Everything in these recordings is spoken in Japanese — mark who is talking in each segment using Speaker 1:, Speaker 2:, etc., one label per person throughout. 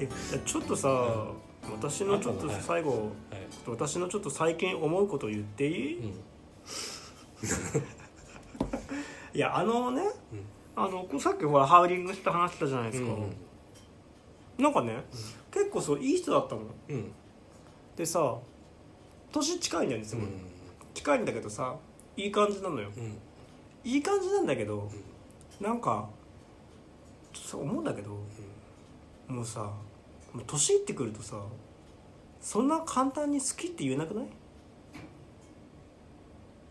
Speaker 1: えちょっとさ、私のちょっと最後、
Speaker 2: はい
Speaker 1: 私のちょっと最近思うこと言っていい、
Speaker 2: う
Speaker 1: い
Speaker 2: ん
Speaker 1: やあのね
Speaker 2: うん
Speaker 1: あのこうさっきほらハウリングした話したじゃないですか、
Speaker 2: うん
Speaker 1: なんかね、結構そういい人だったの
Speaker 2: うん
Speaker 1: でさ年近いんだよねす
Speaker 2: う
Speaker 1: ごい、
Speaker 2: ん
Speaker 1: 近いんだけどさいい感じなのよ
Speaker 2: うん
Speaker 1: いい感じなんだけど、なんかちょっと思うんだけど、もうさもう年いってくるとさそんな簡単に好きって言えなくない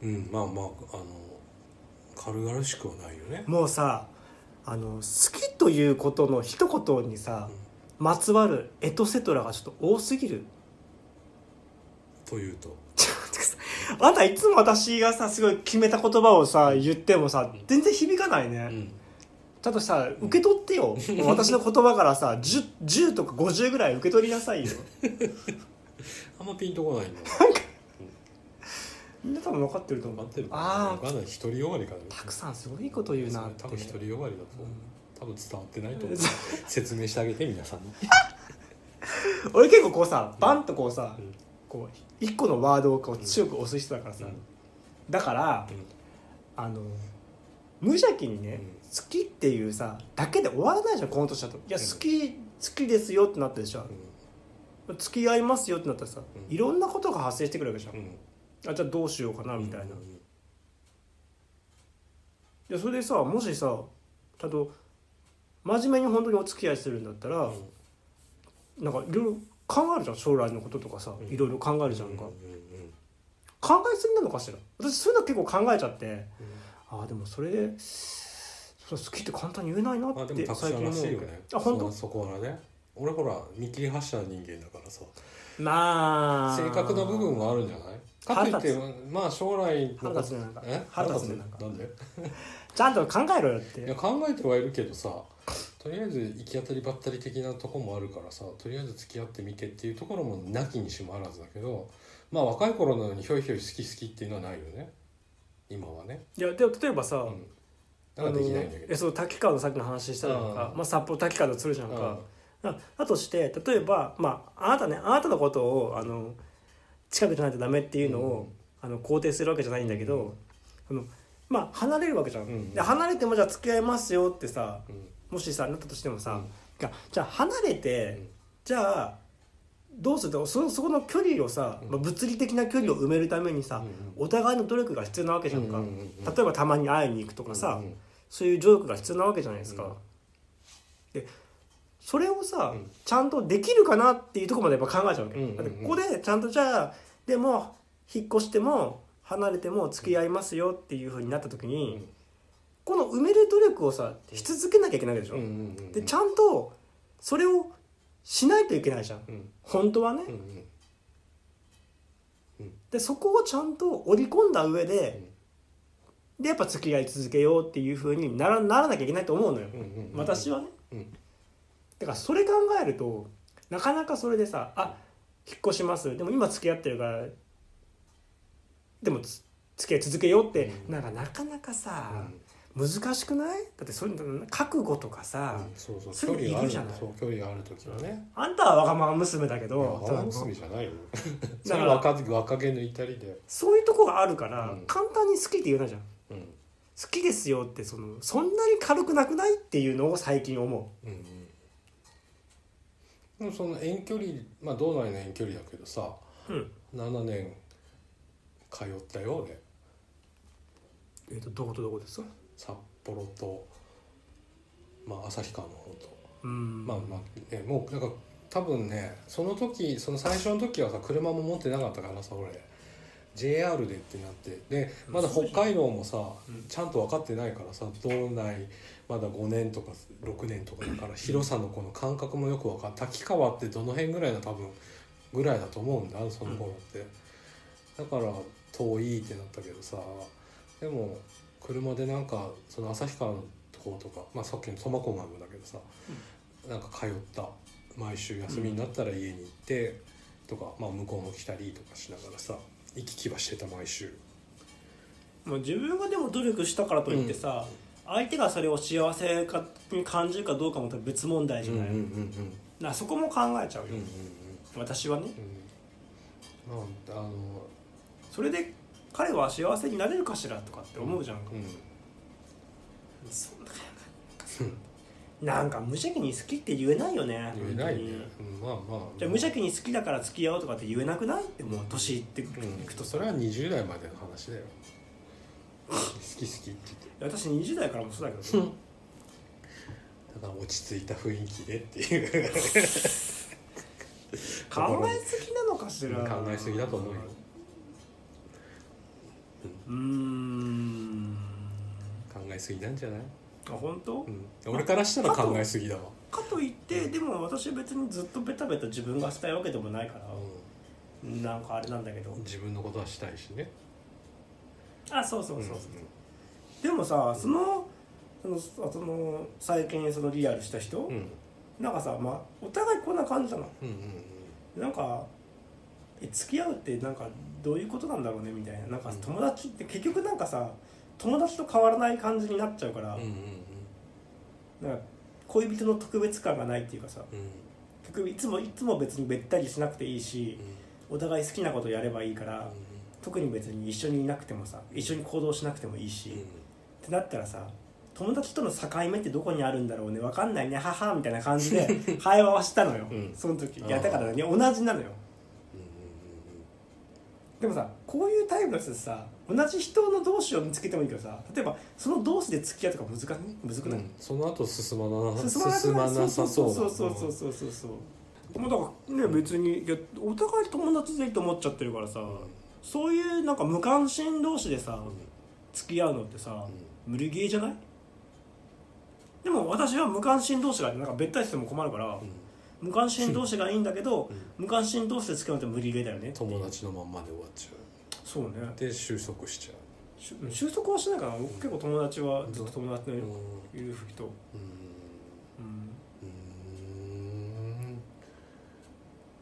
Speaker 2: うんまあまああの軽々しくはないよね
Speaker 1: もうさあの好きということの一言にさ、まつわるエトセトラがちょっと多すぎる
Speaker 2: というと
Speaker 1: ちょっと待ってくださいあんたいつも私がさすごい決めた言葉をさ言ってもさ全然響かないね、
Speaker 2: うん
Speaker 1: ちゃんとさ受け取 ってよ、私の言葉からさ 10, 10とか50ぐらい受け取りなさいよ
Speaker 2: あんまピンとこないんだ
Speaker 1: みんな多分分かってると思
Speaker 2: 分
Speaker 1: う
Speaker 2: かってるかな
Speaker 1: あ
Speaker 2: 分
Speaker 1: あ
Speaker 2: かんない独りよがりかな
Speaker 1: たくさんすごいいいこと言うなっ
Speaker 2: 多分
Speaker 1: て
Speaker 2: 独りよがりだと思う多分伝わってないと思う
Speaker 1: そ
Speaker 2: 説明してあげて皆さんに
Speaker 1: 俺結構こうさバンとこうさ、
Speaker 2: うん
Speaker 1: こう一個のワードをこう強く押す人だからさ、だからあの無邪気にね、
Speaker 2: うん
Speaker 1: 好きっていうさだけで終わらないじゃんこの年だといや
Speaker 2: うん
Speaker 1: 好き、好きですよってなったでしょ、付き合いますよってなったらさ、
Speaker 2: うん
Speaker 1: いろんなことが発生してくるわけじゃん、
Speaker 2: うん
Speaker 1: あじゃあどうしようかな
Speaker 2: うん
Speaker 1: みたいな、
Speaker 2: うん
Speaker 1: でそれでさもしさちゃんと真面目に本当にお付き合いするんだったら、
Speaker 2: うん
Speaker 1: なんかいろいろ考えるじゃん将来のこととかさ、
Speaker 2: うん
Speaker 1: いろいろ考えるじゃんか、
Speaker 2: うんうん
Speaker 1: 考えすぎなのかしら私そういうの結構考えちゃってああでもそれでそれ好きって簡単に言えないな
Speaker 2: まあ
Speaker 1: っ
Speaker 2: で
Speaker 1: て
Speaker 2: もたくさんらしい
Speaker 1: け
Speaker 2: よ
Speaker 1: ど
Speaker 2: ね
Speaker 1: あ本
Speaker 2: そ
Speaker 1: 当
Speaker 2: そこはね俺ほら見切り発車な人間だからさ
Speaker 1: まあ
Speaker 2: 正確な部分はあるんじゃないかといって
Speaker 1: 腹
Speaker 2: まあ将来の
Speaker 1: 腹立つねなんか
Speaker 2: え
Speaker 1: 腹立つねなんか
Speaker 2: なんで
Speaker 1: ちゃんと考えろよっ
Speaker 2: い
Speaker 1: て
Speaker 2: や考えてはいるけどさとりあえず行き当たりばったり的なとこもあるからさとりあえず付き合ってみてっていうところもなきにしもあらずだけどまあ若い頃のようにひょいひょい好き好きっていうのはないよね今はね
Speaker 1: いやでも例えばさ、
Speaker 2: うんだからできないんだけ
Speaker 1: え
Speaker 2: ど
Speaker 1: そう滝川のさっきの話したじゃんか、
Speaker 2: うん
Speaker 1: まあ、札幌滝川とするじゃん
Speaker 2: う
Speaker 1: か
Speaker 2: ん、
Speaker 1: だだとして例えば、まあ、あなたねあなたのことをあの近くじゃないとダメっていうのを、あの肯定するわけじゃないんだけど、そのまあ離れるわけじゃん、
Speaker 2: うん
Speaker 1: で離れてもじゃあ付き合いますよってさ
Speaker 2: うん
Speaker 1: もしさなったとしてもさ、
Speaker 2: うん
Speaker 1: がじゃあ離れて、
Speaker 2: うん
Speaker 1: じゃあどうするとそそこの距離をさ、
Speaker 2: うん
Speaker 1: まあ、物理的な距離を埋めるためにさ、
Speaker 2: う
Speaker 1: お互いの努力が必要なわけじゃんか、
Speaker 2: うんうんうんうん
Speaker 1: 例えばたまに会いに行くとかさ、
Speaker 2: うんうん
Speaker 1: そういう努力が必要なわけじゃないですか、
Speaker 2: うん
Speaker 1: でそれをさ、
Speaker 2: うん
Speaker 1: ちゃんとできるかなっていうところまでやっぱ考えちゃうわけ、
Speaker 2: うんうんうん
Speaker 1: だってここでちゃんとじゃあでも引っ越しても離れても付き合いますよっていうふうになった時に、
Speaker 2: うん
Speaker 1: この埋める努力をさし続けなきゃいけないわけでしょ、
Speaker 2: うんうんうん
Speaker 1: でちゃんとそれをしないといけないじゃん
Speaker 2: うん
Speaker 1: 本当はね、
Speaker 2: うんうん
Speaker 1: でそこをちゃんと織り込んだ上で、でやっぱ付き合い続けようっていうふうにならならなきゃいけないと思うのよ、
Speaker 2: うんうんうん
Speaker 1: 私はね
Speaker 2: うん
Speaker 1: だからそれ考えるとなかなかそれでさあ引っ越しますでも今付き合ってるからでもつ付き合い続けようって、
Speaker 2: うん
Speaker 1: なんかなかなかさ
Speaker 2: う、
Speaker 1: 難しくないだってそういうの覚悟とかさ、
Speaker 2: んそうそう
Speaker 1: そ
Speaker 2: 距
Speaker 1: れ
Speaker 2: 離があ
Speaker 1: いる
Speaker 2: る
Speaker 1: じゃない
Speaker 2: そう距離がある時はね
Speaker 1: あんたはわがまま娘だけ
Speaker 2: いや
Speaker 1: ど
Speaker 2: 我が娘じゃ ないよそ
Speaker 1: だ
Speaker 2: れ
Speaker 1: から
Speaker 2: は若若気抜いたりで
Speaker 1: そういうとこがあるから、
Speaker 2: うん
Speaker 1: 簡単に好きって言うなじゃん
Speaker 2: うん
Speaker 1: 好きですよってそのそんなに軽くなくないっていうのを最近思
Speaker 2: うんうんでもその遠距離まあ道内の遠距離だけどさ
Speaker 1: う、うん、
Speaker 2: 7年通ったよ俺
Speaker 1: えっ、とどことどこですか
Speaker 2: 札幌とまあ旭川の方と
Speaker 1: うん
Speaker 2: まあまあ、ね、もうなんか多分ねその時その最初の時はさ車も持ってなかったからさ俺 JR でってなってでまだ北海道もさ
Speaker 1: うん
Speaker 2: ちゃんと分かってないからさ道内まだ5年とか6年とかだから広さのこの感覚もよく分かった滝川ってどの辺ぐらいの多分ぐらいだと思うんだその頃って、だから遠いってなったけどさでも車でなんかその旭川のとことか、まあ、さっきの苫小牧もだけどさ、なんか通った毎週休みになったら家に行ってとか、まあ、向こうも来たりとかしながらさ行き来はしてた毎週
Speaker 1: もう自分がでも努力したからといってさ、相手がそれを幸せかに感じるかどうかも多分別問題じゃない、
Speaker 2: うん
Speaker 1: なそこも考えちゃうよ、私はね
Speaker 2: うんうんまああの
Speaker 1: それで彼は幸せになれるかしらとかって思うじゃんか、
Speaker 2: うん
Speaker 1: そんななんか無邪気に好きって言えないよね
Speaker 2: 言えないね
Speaker 1: 本当に、
Speaker 2: うん、まあまあ
Speaker 1: じゃあ無邪気に好きだから付き合おうとかって言えなくないってもう年いってい
Speaker 2: うん、
Speaker 1: くと
Speaker 2: そ
Speaker 1: さ、
Speaker 2: れは20代までの話だよ好き好きって言って
Speaker 1: 私20代からもそうだけどね
Speaker 2: だから落ち着いた雰囲気でっていう
Speaker 1: 考えすぎなのかしら
Speaker 2: 考えすぎだと思うよ
Speaker 1: うーん
Speaker 2: 考えすぎなんじゃない、
Speaker 1: あ本当、
Speaker 2: うん、俺からしたら考えすぎだわ、
Speaker 1: かといってでも私別にずっとベタベタ自分がしたいわけでもないから、なんかあれなんだけど
Speaker 2: うん、自分のことはしたいしね
Speaker 1: あそうそうそうそう、でもさそのそのその最近そのリアルした人、
Speaker 2: うんうん
Speaker 1: なんかさ、まあ、お互いこんな感じなの
Speaker 2: うんうん
Speaker 1: なんかえ付き合うってなんかどういうことなんだろうねみたいななんか友達って結局なんかさ友達と変わらない感じになっちゃうから、
Speaker 2: うんうんうん
Speaker 1: なんか恋人の特別感がないっていうかさ
Speaker 2: うん
Speaker 1: 結局いつもいつも別にべったりしなくていいし
Speaker 2: うん
Speaker 1: お互い好きなことやればいいから、特に別に一緒にいなくてもさ一緒に行動しなくてもいいし、
Speaker 2: うんう
Speaker 1: っ
Speaker 2: ん
Speaker 1: てなったらさ友達との境目ってどこにあるんだろうねわかんないねははみたいな感じで会話はしたのよ、
Speaker 2: うん
Speaker 1: その時い
Speaker 2: あ
Speaker 1: や
Speaker 2: ー
Speaker 1: だからね同じなのよ
Speaker 2: う
Speaker 1: でもさこういうタイプの人ってさ同じ人の同士を見つけてもいいけどさ例えばその同士で付き合うとか難くない難く
Speaker 2: んう
Speaker 1: ない、
Speaker 2: んその後進まな
Speaker 1: 進
Speaker 2: 進
Speaker 1: ま
Speaker 2: ま
Speaker 1: なくない
Speaker 2: なさそうだ
Speaker 1: そうそうそうそうそうそうもうだからね別にいやお互い友達でいいと思っちゃってるからさ、
Speaker 2: うんうん
Speaker 1: そういうなんか無関心同士でさ、付き合うのってさ、無理ゲーじゃないでも私は無関心同士がなんかべったりしても困るから、
Speaker 2: うん
Speaker 1: 無関心同士がいいんだけど、
Speaker 2: うん
Speaker 1: 無関心同士で付き合うのって無理ゲーだよね
Speaker 2: 友達のまんまで終わっちゃ
Speaker 1: そうね
Speaker 2: うで収束しちゃ
Speaker 1: し収束はしないかな僕結構友達はずっと友達の
Speaker 2: う
Speaker 1: い
Speaker 2: うん
Speaker 1: る時と、
Speaker 2: うん
Speaker 1: うん、
Speaker 2: うーん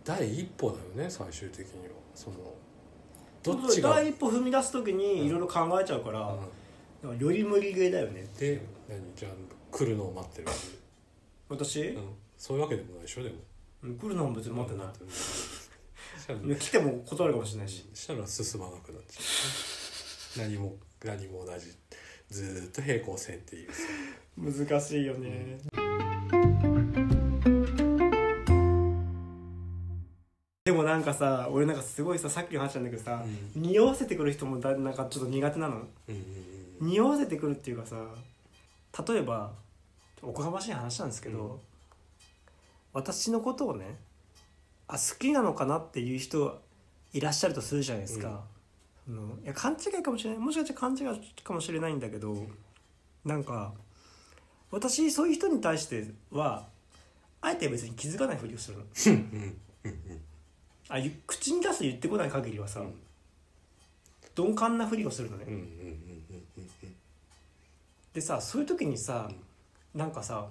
Speaker 2: 第一歩だよね最終的にはそのどっちが
Speaker 1: 第一歩踏み出す時にいろいろ考えちゃうから、
Speaker 2: う
Speaker 1: なんかより無理ゲーだよね
Speaker 2: んで何じゃあ来るのを待ってる、
Speaker 1: 私、
Speaker 2: うん、そういうわけでもないでしょでも
Speaker 1: 来るのも別に待ってない、
Speaker 2: したら
Speaker 1: ね来ても断るかもしれないし
Speaker 2: したら進まなくなっちゃう何も何も同じずーっと平行線っていうさ
Speaker 1: 難しいよね、でもなんかさ俺なんかすごいささっきの話なんだけどさ、匂わせてくる人もだなんかちょっと苦手なの
Speaker 2: うんうんうん
Speaker 1: 匂わせてくるっていうかさ例えばおこがましい話なんですけど、
Speaker 2: うん
Speaker 1: 私のことをねあ好きなのかなっていう人いらっしゃるとするじゃないですか、そのいや勘違いかもしれないもしかしたら勘違いかもしれないんだけどなんか私そういう人に対してはあえて別に気づかないふりをするの
Speaker 2: うんうん
Speaker 1: あゆ口に出す言ってこない限りはさ、鈍感なふりをするのね、
Speaker 2: うんうんうんうんうんうん
Speaker 1: でさそういう時にさ、なんかさ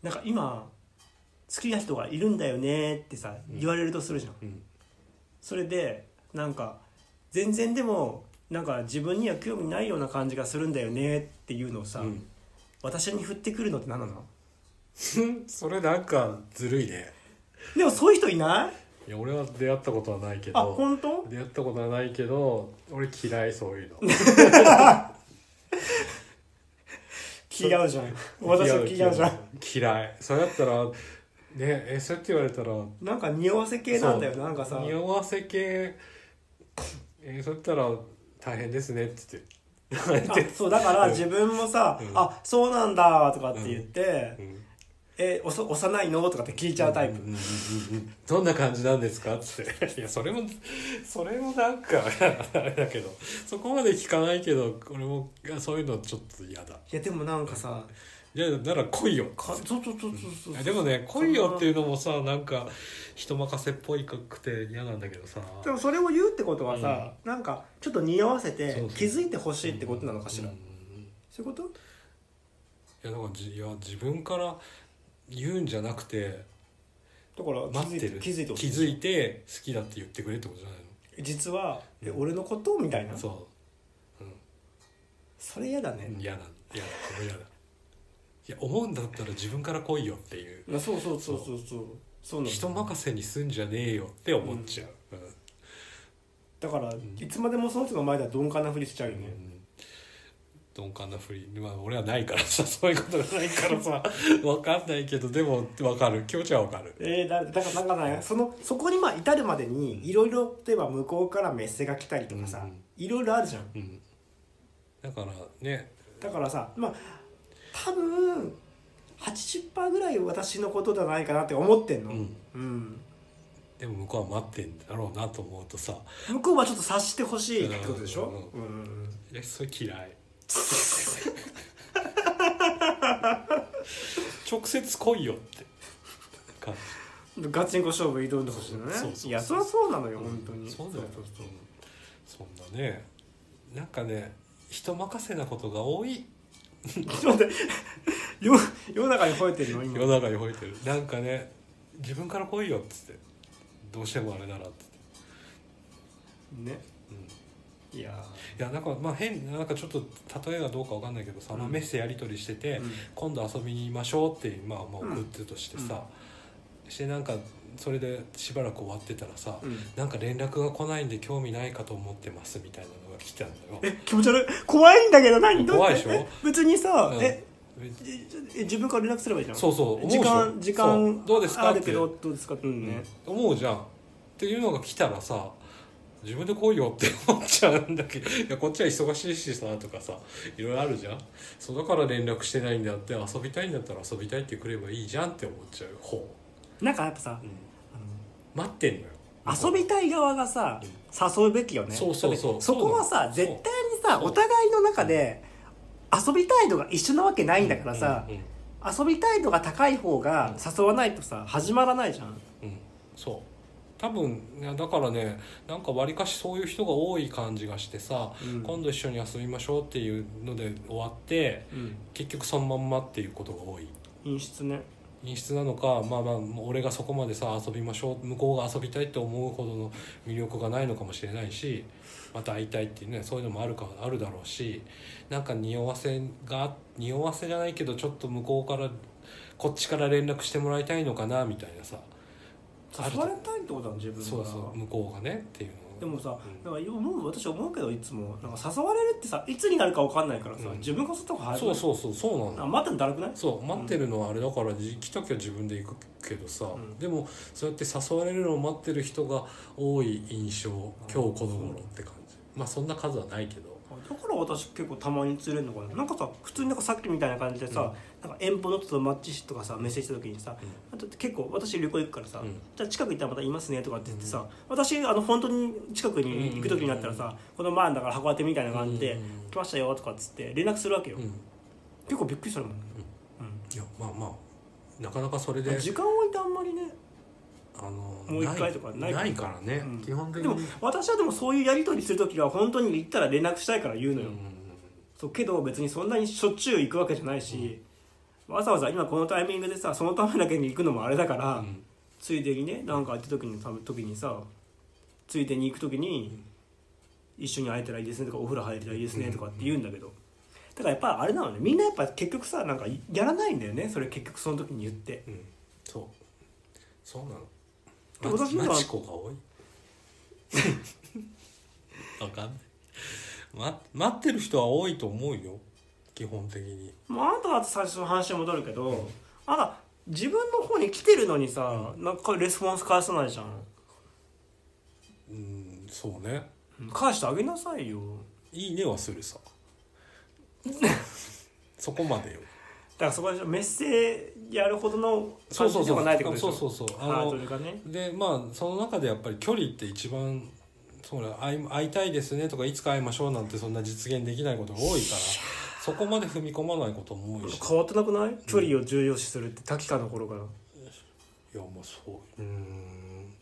Speaker 1: なんか今好きな人がいるんだよねってさ
Speaker 2: うん
Speaker 1: 言われるとするじゃん、
Speaker 2: うん
Speaker 1: それでなんか全然でもなんか自分には興味ないような感じがするんだよねっていうのをさ、
Speaker 2: うん
Speaker 1: 私に振ってくるのって何なの
Speaker 2: それなんかずるいね
Speaker 1: でもそういう人いない
Speaker 2: いや俺は出会ったことはないけ
Speaker 1: あ
Speaker 2: ど
Speaker 1: 本当
Speaker 2: 出会ったことはないけど俺嫌いそういうの
Speaker 1: 気が合う じゃん 私は気が合うじゃん
Speaker 2: 嫌いそうやったらねえそうやって言われたら
Speaker 1: なんか匂わせ系なんだよ
Speaker 2: そう
Speaker 1: なんかさ
Speaker 2: 匂わせ系えそうやったら大変ですねって言って
Speaker 1: あそうだから自分もさ「
Speaker 2: うん
Speaker 1: あそうなんだ」とかって言って「
Speaker 2: うん
Speaker 1: えおそ幼いの?」とかって聞いちゃうタイプ、
Speaker 2: うんうんうんうんどんな感じなんですかっていやそれもそれもなんかあれだけどそこまで聞かないけど俺もいやそういうのちょっと嫌だ
Speaker 1: いやでもなんかさ
Speaker 2: いやなら来いよ
Speaker 1: かそうそうそうそうそう
Speaker 2: でもね「来いよ」っていうのもさなんか人任せっぽいくて嫌なんだけどさ
Speaker 1: でもそれを言うってことはさ、なんかちょっと匂わせて
Speaker 2: そうそう
Speaker 1: 気づいてほしいってことなのかしら、
Speaker 2: うんうんい
Speaker 1: そういうこと
Speaker 2: やだからじいや自分から言うんじゃなくて
Speaker 1: だから
Speaker 2: 待ってる
Speaker 1: 気づいてほし
Speaker 2: 気
Speaker 1: い
Speaker 2: づいて好きだって言ってくれってことじゃない
Speaker 1: 実は、え
Speaker 2: うん
Speaker 1: 俺のことみたいな
Speaker 2: の
Speaker 1: そ
Speaker 2: そ
Speaker 1: れ嫌だね、
Speaker 2: う嫌だ嫌だ俺嫌だいや思うんだったら自分から来いよっていう
Speaker 1: まあそうそうそうそうそうそうなんだ
Speaker 2: 人任せにすんじゃねえよって思っちゃう、うん
Speaker 1: だからいつまでもその人の前では鈍感なふりしちゃうよね、
Speaker 2: 鈍感なふりまあ俺はないからさ そういうことがないからさわかんないけどでもわかる気持ちはわかる
Speaker 1: えー、だだからなんかねそのそこにまあ至るまでにいろいろ例えば向こうからメッセが来たりとかさ
Speaker 2: うんうん
Speaker 1: いろいろあるじゃん
Speaker 2: うんだからね
Speaker 1: だからさまあ多分80%ぐらい私のことじゃないかなって思ってんの、
Speaker 2: うん
Speaker 1: うん
Speaker 2: でも向こうは待ってんだろうなと思うとさ
Speaker 1: 向こうはちょっと察してほしいってことでしょ、うん
Speaker 2: いやそれ 嫌い直接来いよって感じ
Speaker 1: うんガチンコ勝負挑んでほしいのね
Speaker 2: そうそうそう
Speaker 1: いやそりゃそうなのよ、本当に
Speaker 2: そうだよ
Speaker 1: そうそう
Speaker 2: そんなねなんかね人任せなことが多い
Speaker 1: そうちょっと待ってよ世の中に吠えてるの今
Speaker 2: 世の中に吠えてるなんかね自分から来いよっつってどうしてもあれならっつって、
Speaker 1: ね
Speaker 2: うん、い
Speaker 1: いや
Speaker 2: やなんかまあ変なんかちょっと例えがどうかわかんないけどさ、まあ
Speaker 1: うん
Speaker 2: メッセやり取りしてて、
Speaker 1: ーうん
Speaker 2: 今度遊びに行きましょうってまあまあ送ってとしてさ、してなんかそれでしばらく終わってたらさ、
Speaker 1: うん
Speaker 2: なんか連絡が来ないんで興味ないかと思ってますみたいなのが来たんだよ
Speaker 1: え気持ち悪い怖いんだけど何どう
Speaker 2: 怖いでしょ
Speaker 1: え別にさ、
Speaker 2: うん
Speaker 1: えじじえ自分から連絡すればいいじゃん
Speaker 2: そうそう思うでし
Speaker 1: 時
Speaker 2: ょ
Speaker 1: 間時
Speaker 2: そう
Speaker 1: 間
Speaker 2: どうですか
Speaker 1: あ
Speaker 2: っ
Speaker 1: る
Speaker 2: て
Speaker 1: けどどうですかってね、
Speaker 2: 思うじゃんっていうのが来たらさ自分で来いよって思っちゃうんだけどいやこっちは忙しいしさとかさいろいろあるじゃんそうだから連絡してないんだって遊びたいんだったら遊びたいってくればいいじゃんって思っちゃう方、
Speaker 1: なんかやっぱさ、
Speaker 2: 待ってんのよ
Speaker 1: あの遊びたい側がさ誘うべきよね
Speaker 2: そうそうそう
Speaker 1: だってそこはさ
Speaker 2: そう
Speaker 1: 絶
Speaker 2: な
Speaker 1: 対
Speaker 2: の
Speaker 1: にさ
Speaker 2: そう
Speaker 1: お互いの中で遊びたい度が一緒なわけないんだからさ、
Speaker 2: うんうん
Speaker 1: 遊びたい度が高い方が誘わないとさ始まらないじゃん
Speaker 2: うんそう多分いやだからねなんかわりかしそういう人が多い感じがしてさ、
Speaker 1: うん
Speaker 2: 今度一緒に遊びましょうっていうので終わって
Speaker 1: うん
Speaker 2: 結局そのまんまっていうことが多い
Speaker 1: 陰湿ね
Speaker 2: 陰湿なのかまあまあもう俺がそこまでさ遊びましょう向こうが遊びたいって思うほどの魅力がないのかもしれないしまた会いたいっていうねそういうのもあるかあるだろうしなんか匂わせが匂わせじゃないけどちょっと向こうからこっちから連絡してもらいたいのかなみたいなさある
Speaker 1: 誘われたいってことだ自分が
Speaker 2: そうそう向こうがねっていうの
Speaker 1: でもさ、
Speaker 2: うん
Speaker 1: なんか思う私思うけどいつもなんか誘われるってさいつになるかわかんないからさ、
Speaker 2: うん
Speaker 1: 自分が誘った方が早く
Speaker 2: そう
Speaker 1: ない
Speaker 2: そうそうそうなの
Speaker 1: あ待ってんのだるくない
Speaker 2: そう待ってるのはあれだから、じ来たきゃ自分で行くけどさ、
Speaker 1: ん
Speaker 2: でもそうやって誘われるのを待ってる人が多い印象今日この頃って感じまあそんな数はないけど
Speaker 1: だから私結構たまに釣れるのかななんかさ普通になんかさっきみたいな感じでさ、なんか遠方の人とマッチとかさメッセージした時にさ、あと結構私旅行行くからさ、
Speaker 2: うん
Speaker 1: じゃあ近く行ったらまたいますねとかって言ってさ、私あの本当に近くに行く時になったらさ、この前だから函館みたいな感じで、
Speaker 2: うんうん
Speaker 1: 来ましたよとかっつって連絡するわけよ、
Speaker 2: うんい
Speaker 1: 結構びっくりするもん、うん
Speaker 2: やまあまあなかなかそれで
Speaker 1: 時間を置いてあんまりね
Speaker 2: あの
Speaker 1: もう一回とかない
Speaker 2: ないからね、
Speaker 1: うん
Speaker 2: 基本的
Speaker 1: で
Speaker 2: に
Speaker 1: も私はでもそういうやり取りする時は本当に行ったら連絡したいから言うの
Speaker 2: うん
Speaker 1: よ、そうけど別にそんなにしょっちゅう行くわけじゃないし、わざわざ今このタイミングでさそのためだけに行くのもあれだから、
Speaker 2: うん
Speaker 1: ついでにねなんか会った時に時にさついでに行く時に、一緒に会えたらいいですねとかお風呂入れたらいいですねとかって言うんだけど、だからやっぱあれなのねみんなやっぱ結局さなんかやらないんだよねそれ結局その時に言って
Speaker 2: うんそうそうなの
Speaker 1: で私の
Speaker 2: マ
Speaker 1: は
Speaker 2: マチコが多い わかんない、ま、待ってる人は多いと思うよ基本的に
Speaker 1: まあ、あなたは最初の話に戻るけど、あなた自分の方に来てるのにさ、なんかレスポンス返さないじゃん
Speaker 2: うんそうね
Speaker 1: 返してあげなさいよ
Speaker 2: 「いいね」はする さそこまでよ
Speaker 1: だからそこでしょメッセージやるほどの
Speaker 2: そう
Speaker 1: 感
Speaker 2: そう
Speaker 1: じ
Speaker 2: そ
Speaker 1: で
Speaker 2: う
Speaker 1: はないってことでし
Speaker 2: そ
Speaker 1: ょ
Speaker 2: うそうそうあ
Speaker 1: ハー
Speaker 2: の
Speaker 1: ドルがね
Speaker 2: でまあその中でやっぱり距離って一番そうね会い会いたいですねとかいつか会いましょうなんてそんな実現できないことが多いからそこまで踏み込まないことも多いし
Speaker 1: 変わってなくない距離を重要視するって滝川の頃から
Speaker 2: いやまあそううーん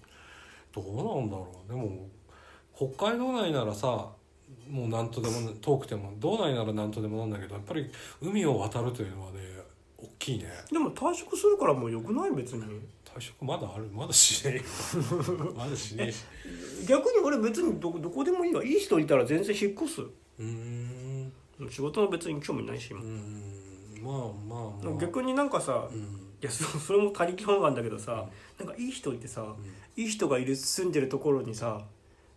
Speaker 2: どうなんだろうでも北海道内ならさもうなんとでもな遠くても道内ならなんとでもなんだけどやっぱり海を渡るというのはね大きいね
Speaker 1: でも退職するからもうよくない別に
Speaker 2: 退職まだあるまだ しねえよまだしねえし
Speaker 1: 逆に俺別にどどこでもいいわいい人いたら全然引っ越す
Speaker 2: うーん
Speaker 1: 仕事も別に興味ないし
Speaker 2: う
Speaker 1: 今
Speaker 2: ーんまあまあまあ
Speaker 1: 逆になんかさ、
Speaker 2: う
Speaker 1: い
Speaker 2: ん
Speaker 1: やそそれも他力本願だけどさ、なんかいい人ってさ
Speaker 2: うん
Speaker 1: いい人がいる住んでるところにさ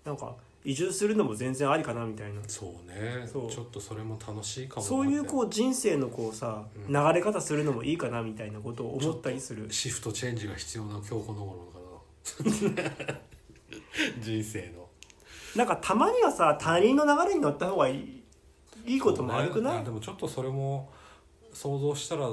Speaker 1: なんか移住するのも全然ありかなみたいな
Speaker 2: そうね
Speaker 1: そう
Speaker 2: ちょっとそれも楽しいかも
Speaker 1: そういう
Speaker 2: う
Speaker 1: こう人生のこうさ
Speaker 2: うん
Speaker 1: 流れ方するのもいいかなみたいなことを思ったりする
Speaker 2: シフトチェンジが必要な今日この頃 かな人生の
Speaker 1: なんかたまにはさ他人の流れに乗った方がいいいいことも悪くな
Speaker 2: あ
Speaker 1: い
Speaker 2: でもちょっとそれも想像したら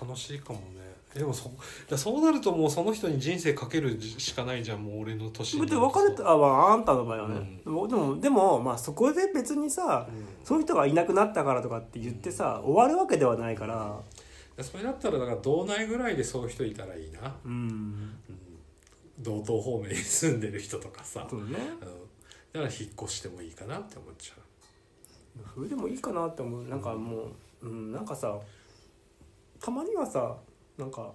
Speaker 2: 楽しいかもねでもそだそうなるともうその人に人生かけるしかないじゃんもう俺の年
Speaker 1: 別に別れたあ,、まあ、あんたの場合はね、
Speaker 2: う
Speaker 1: でもでも、まあ、そこで別にさ
Speaker 2: うん
Speaker 1: その人がいなくなったからとかって言ってさ終わるわけではないから
Speaker 2: だそれだったらだから道内ぐらいでそういう人いたらいいな、
Speaker 1: うん
Speaker 2: うん、道東方面に住んでる人とかさ、
Speaker 1: そうね
Speaker 2: うん、だから引っ越してもいいかなって思っちゃ
Speaker 1: それでもいいかなって思うなんかもう、うん、なんかさたまにはさなんか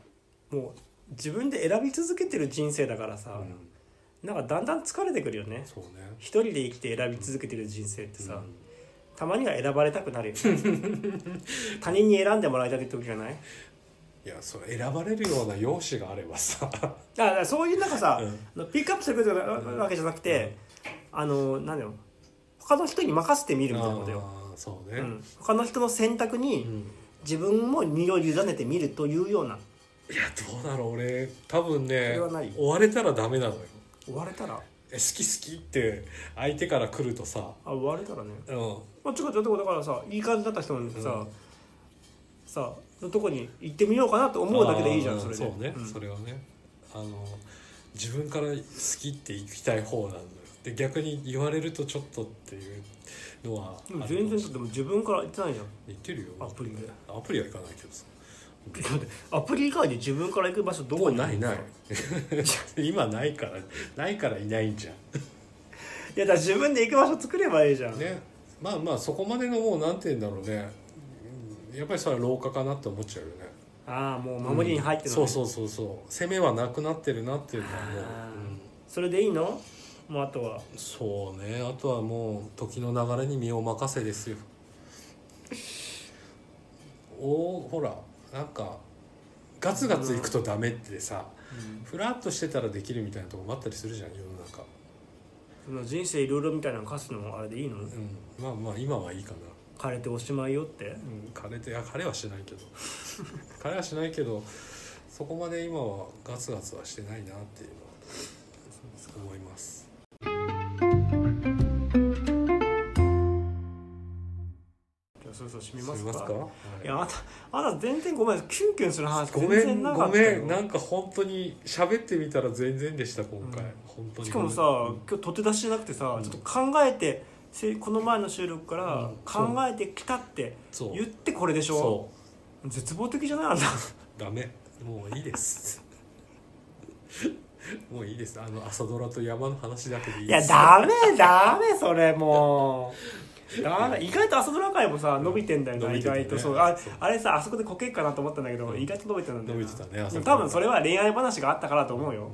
Speaker 1: もう自分で選び続けてる人生だから
Speaker 2: う、
Speaker 1: さ
Speaker 2: う、ん、
Speaker 1: なんかだんだん疲れてくるよね
Speaker 2: そうね
Speaker 1: 一人で生きて選び続けてる人生ってさ、
Speaker 2: うん
Speaker 1: たまには選ばれたくな るよね他人に選んでもらいたい時がない
Speaker 2: いやそれ選ばれるような容姿があればさ、
Speaker 1: だからそういうなんかさ、
Speaker 2: うん
Speaker 1: あのピックアップしてくれるわけじゃなくて、あのなんだよ他の人に任せてみるみ たいなことよ、
Speaker 2: あーそう
Speaker 1: う
Speaker 2: ね、
Speaker 1: ん、他の人の選択
Speaker 2: う
Speaker 1: に
Speaker 2: ん
Speaker 1: 自分も身を委ねてみるというようない
Speaker 2: やどうだろう俺多分
Speaker 1: そ
Speaker 2: ね
Speaker 1: れはない
Speaker 2: 追われたらダメなのよ
Speaker 1: 追われたら
Speaker 2: え好き好きって相手から来るとさ、
Speaker 1: あ追われたらね、
Speaker 2: うん、
Speaker 1: まあ、ちょこちょこだからさいい感じだった人にさ、
Speaker 2: うん
Speaker 1: さのとこに行ってみようかなと思うだけでいいじゃん
Speaker 2: あー
Speaker 1: それで
Speaker 2: そうね、
Speaker 1: ん
Speaker 2: それはねあの自分から好きって行きたい方なんだよで逆に言われるとちょっとっていうのは
Speaker 1: でも
Speaker 2: あるか
Speaker 1: 全
Speaker 2: も
Speaker 1: 然
Speaker 2: し
Speaker 1: ちょっとでも自分から言ってないじゃん
Speaker 2: 言ってるよ
Speaker 1: アプリ で
Speaker 2: アプリは行かないけどさ
Speaker 1: アプリ以外で自分から行く場所どこにあるん ですか
Speaker 2: 今ないからないからいないんじゃん
Speaker 1: いやだから自分で行く場所作ればいいじゃん、
Speaker 2: ねまあまあそこまでのもうなんて言うんだろうねうんやっぱりそれは老化かなって思っちゃうよね
Speaker 1: ああもう守りに入ってるのね
Speaker 2: そうそうそうそう攻めはなくなってるなっていうのはもう、
Speaker 1: あー
Speaker 2: うん
Speaker 1: それでいいのもうあとは
Speaker 2: そうねあとはもう時の流れに身を任せですよおーほらなんかガツガツいくとダメってさ、ふらっとしてたらできるみたいなとこもあったりするじゃん世の中、
Speaker 1: その人生いろいろみたいなの課すのもあれでいいの
Speaker 2: うん、まあまあ今はいいかな
Speaker 1: 枯れておしまいよって
Speaker 2: うん枯れていや枯れはしないけど 枯れはしないけどそこまで今はガツガツはしてないなっていうのは思います
Speaker 1: じゃあそろそろ締め
Speaker 2: 見
Speaker 1: ますか
Speaker 2: ますか、はい
Speaker 1: やあなたあなた全然ごめんキュンキュンする話
Speaker 2: いご
Speaker 1: 全
Speaker 2: め
Speaker 1: 然
Speaker 2: ん
Speaker 1: な
Speaker 2: ご
Speaker 1: かった
Speaker 2: め
Speaker 1: よ
Speaker 2: んなんか本当に喋ってみたら全然でした今回、
Speaker 1: うん
Speaker 2: 本当に
Speaker 1: しかもさ
Speaker 2: うん
Speaker 1: 今日取って出しじゃなくてさ、
Speaker 2: うん
Speaker 1: ちょっと考えてせこの前の収録から
Speaker 2: うん
Speaker 1: 考
Speaker 2: そう
Speaker 1: えてきたって
Speaker 2: そう
Speaker 1: 言ってこれでしょ、
Speaker 2: そ
Speaker 1: 絶望的じゃないあんた
Speaker 2: うダメもういいです もういいですあの朝ドラと山の話だけでいい
Speaker 1: い
Speaker 2: で
Speaker 1: や
Speaker 2: す
Speaker 1: ダメダメそれもうダメ意外と朝ドラ界もさ伸びてんだよな、
Speaker 2: 伸び
Speaker 1: 意
Speaker 2: てたね
Speaker 1: 外とそうあ
Speaker 2: そう
Speaker 1: あれさあそこでこけっかなと思ったんだけど、
Speaker 2: うん
Speaker 1: 意外と伸びてたんだよな
Speaker 2: 伸びてたね朝
Speaker 1: でも
Speaker 2: ドラ
Speaker 1: 多分それは恋愛話があったからと思うよ、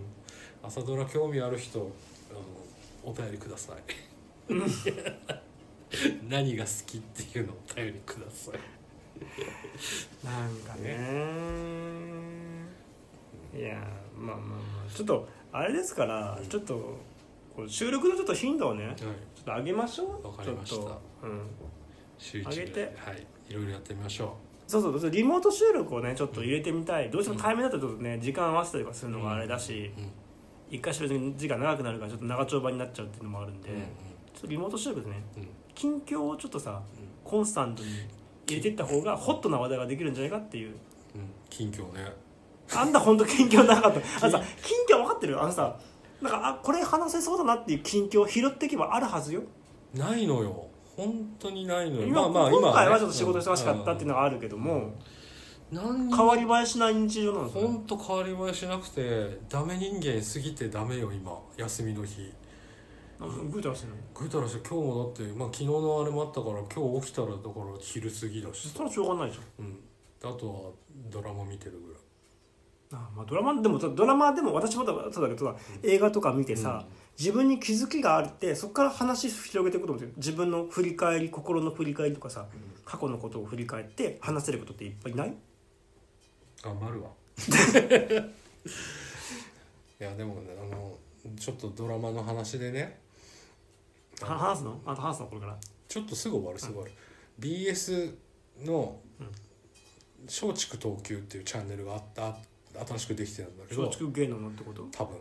Speaker 2: 朝ドラ興味ある人あのお便りくだ さい何が好きっていうのをお便りください
Speaker 1: なんかねいやまあまあまあちょっとあれですから、ちょっとこう収録のちょっと頻度をねちょ
Speaker 2: はい
Speaker 1: っと上げましょう
Speaker 2: わかりました
Speaker 1: ちょっとうん
Speaker 2: 週一
Speaker 1: 上げて
Speaker 2: ではいいろいろやってみましょ
Speaker 1: そうそうそうリモート収録をねちょっと入れてみたいどうしても対面だとちょっとね時間合わせたりとかするのがあれだし
Speaker 2: う、うん
Speaker 1: 一回収録に時間長くなるからちょっと長丁場になっちゃうっていうのもあるんで、
Speaker 2: うん
Speaker 1: ちょっとリモート収録でね
Speaker 2: うん
Speaker 1: 近況をちょっとさ、コンスタントに入れてった方がホットな話題ができるんじゃないかっていう
Speaker 2: うん近況ね
Speaker 1: あんたほんと近況なかったあのさ近況分かってるあのさなんかあこれ話せそうだなっていう近況を拾っていけばあるはずよ
Speaker 2: ないのよ本当にないのよ
Speaker 1: 今,、
Speaker 2: ね
Speaker 1: 今回はちょっと仕事忙しかったっていうのがあるけども、
Speaker 2: うん何に
Speaker 1: 変わり映えしない日常なんですよね
Speaker 2: 本当変わり映えしなくてダメ人間すぎてダメよ今休みの日
Speaker 1: なんかグータラしてるの
Speaker 2: ぐうたらして今日もだって、まあ、昨日のあれもあったから今日起きたらだから昼過ぎだし
Speaker 1: そし
Speaker 2: さ
Speaker 1: たらしょうがないじゃん
Speaker 2: うん、あとはドラマ見てるぐらい
Speaker 1: あまあ、ドラマでもドラマでも私もだそうだけどさ映画とか見てさ、自分に気づきがあるってそこから話広げていくこともできる自分の振り返り心の振り返りとかさ、過去のことを振り返って話せることっていっぱいない
Speaker 2: 頑張るわ いやでもねあのちょっとドラマの話でね
Speaker 1: は話すのあと話すのこれから
Speaker 2: ちょっとすぐ終わるすぐ終わる、BS の
Speaker 1: うん
Speaker 2: 「松竹東急」っていうチャンネルがあった新しくできてたんだけど
Speaker 1: 松竹芸能のってこと
Speaker 2: 多分